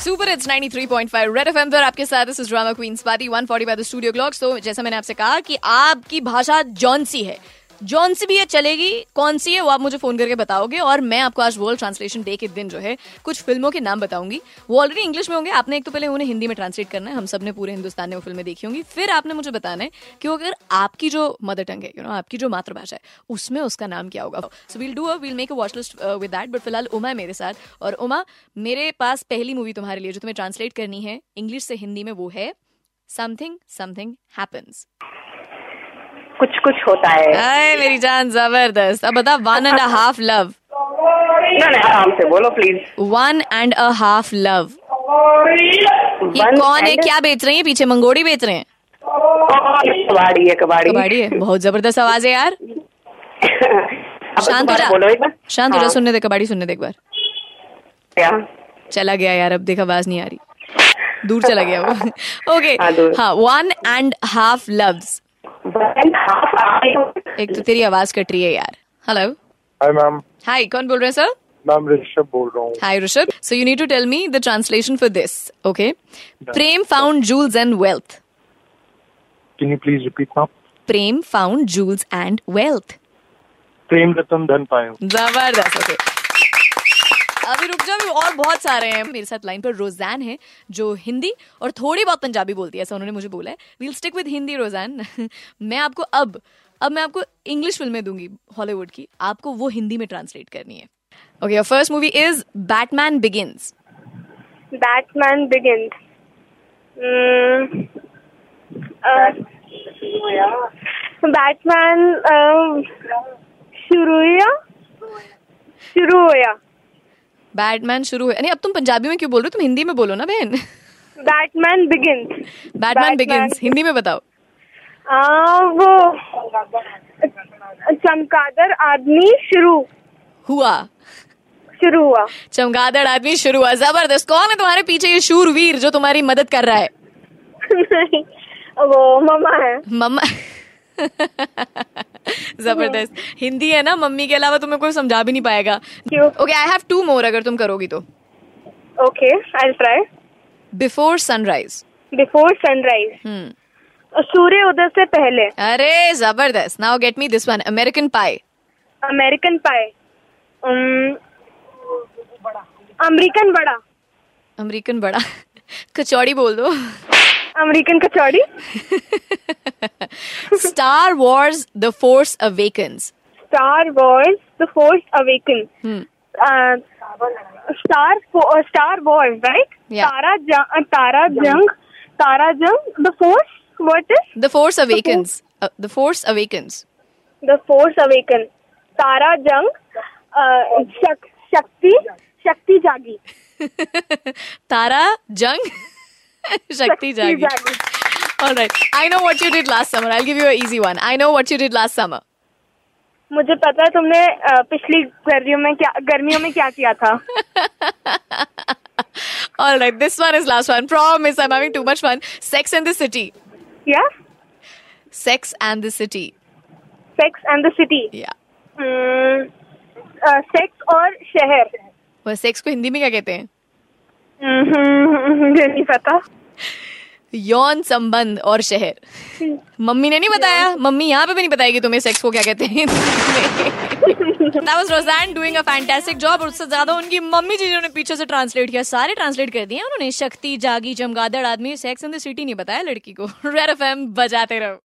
Super it's 93.5 red FM पर आपके साथ this is drama queen Swati 140 by the studio clock तो जैसा मैंने आपसे कहा कि आपकी भाषा जौन सी है जौन सी भी ये चलेगी कौन सी है वो आप मुझे फोन करके बताओगे और मैं आपको आज वर्ल्ड ट्रांसलेशन डे के दिन जो है कुछ फिल्मों के नाम बताऊंगी वो ऑलरेडी इंग्लिश में होंगे आपने एक तो पहले उन्हें हिंदी में ट्रांसलेट करना है हम सब ने पूरे हिंदुस्तान में वो फिल्में देखी होंगी फिर आपने मुझे बताना है कि वो अगर आपकी जो मदर टंग है यू you नो know, आपकी जो मातृभाषा है उसमें उसका नाम क्या होगा so we'll do we'll make a watch list with that but फिलहाल उमा है मेरे साथ और उमा मेरे पास पहली मूवी तुम्हारे लिए जो तुम्हें ट्रांसलेट करनी है इंग्लिश से हिंदी में वो है समथिंग समथिंग हैपन्स कुछ कुछ होता है अरे मेरी जान जबरदस्त अब बता one and a half love ना ना आराम से बोलो please one and a half love ये One कौन है and- क्या बेच रही है पीछे मंगोड़ी बेच रहे हैं कबाड़ी है कबाड़ी कबाड़ी है बहुत जबरदस्त आवाज है यार अब शांत हो दोबारा जा बोलो एक बार शांत हो जा हाँ, सुनने दे कबाड़ी सुनने दे एक बार क्या? चला गया यार अब देख आवाज नहीं आ रही दूर चला गया वो ओके हाँ, दूर। हाँ one and half loves One and half hour. एक तो तेरी आवाज कट रही है यार हेलो हाय मैम हाय कौन बोल रहे हैं सर मैम ऋषभ बोल रहा हूँ Hi, Rishabh. So you need to tell me the translation for this, okay? Prem found jewels and wealth. Can you please repeat ma'am Prem found jewels and wealth. Prem Ratan Dhan Paaye जबरदस्त okay अभी रुक जाओ अभी और बहुत सारे हैं मेरे साथ लाइन पर रोजैन है जो हिंदी और थोड़ी बहुत पंजाबी बोलती है ऐसा उन्होंने मुझे बोला है वील स्टिक विद हिंदी रोजैन मैं आपको अब अब मैं आपको इंग्लिश फिल्में दूंगी हॉलीवुड की आपको वो हिंदी में ट्रांसलेट करनी है okay your first movie is Batman Begins Batman Begins. Mm, uh, Batman um, शुरू हुआ शुरू हुआ बैटमैन शुरू है नहीं अब तुम पंजाबी में क्यों बोल रहे हो तुम हिंदी में बोलो ना बहन Batman Begins Batman Batman. Begins Hindi में बताओ वो चमकादर आदमी शुरू हुआ शुरू हुआ चमगादड़ आदमी शुरू हुआ जबरदस्त कौन है तुम्हारे पीछे ये शूरवीर जो तुम्हारी मदद कर रहा है नहीं वो ममा है मम्मा जबरदस्त हिंदी है ना मम्मी के अलावा तुम्हें कोई समझा भी नहीं पाएगा क्यों okay I have two more अगर तुम करोगी तो okay I try before sunrise before sunrise सूर्य उदय से पहले Hmm. अरे जबरदस्त now get me this one American pie American pie American बड़ा अमेरिकन बड़ा कचौड़ी बोल दो अमेरिकन कचौड़ी Star Wars the Force Awakens Star Wars the Force Awaken Hmm. Star Star Wars right Yeah. तारा जंग uh, तारा जंग तारा जंग the force what is the Force Awakens the Force Awakens the Force Awaken तारा जंग uh, शक, शक्ति शक्ति जागी तारा जंग शक्ति जागी All right. I know what you did last summer. I'll give you an easy one. I know what you did last summer. मुझे पता है तुमने uh, पिछली गर्मियों में क्या गर्मियों में क्या किया था All right. This one is last one. Promise. I'm having too much fun. Sex and the City. या Sex and the City. Sex and the city Yeah. Hmm. Sex और Uh, शहर Hmm, वह सेक्स को हिंदी में क्या कहते हैं मुझे नहीं पता यौन संबंध और शहर मम्मी ने नहीं बताया मम्मी यहाँ पे भी नहीं बताएगी तुम्हें सेक्स को क्या कहते हैं That was Roseanne doing a fantastic job और उससे ज्यादा उनकी मम्मी जी जिन्होंने पीछे से ट्रांसलेट किया सारे ट्रांसलेट कर दिए हैं उन्होंने शक्ति जागी चमगादड़ आदमी सेक्स इन द सिटी नहीं बताया लड़की को रेड एफएम बजाते रहो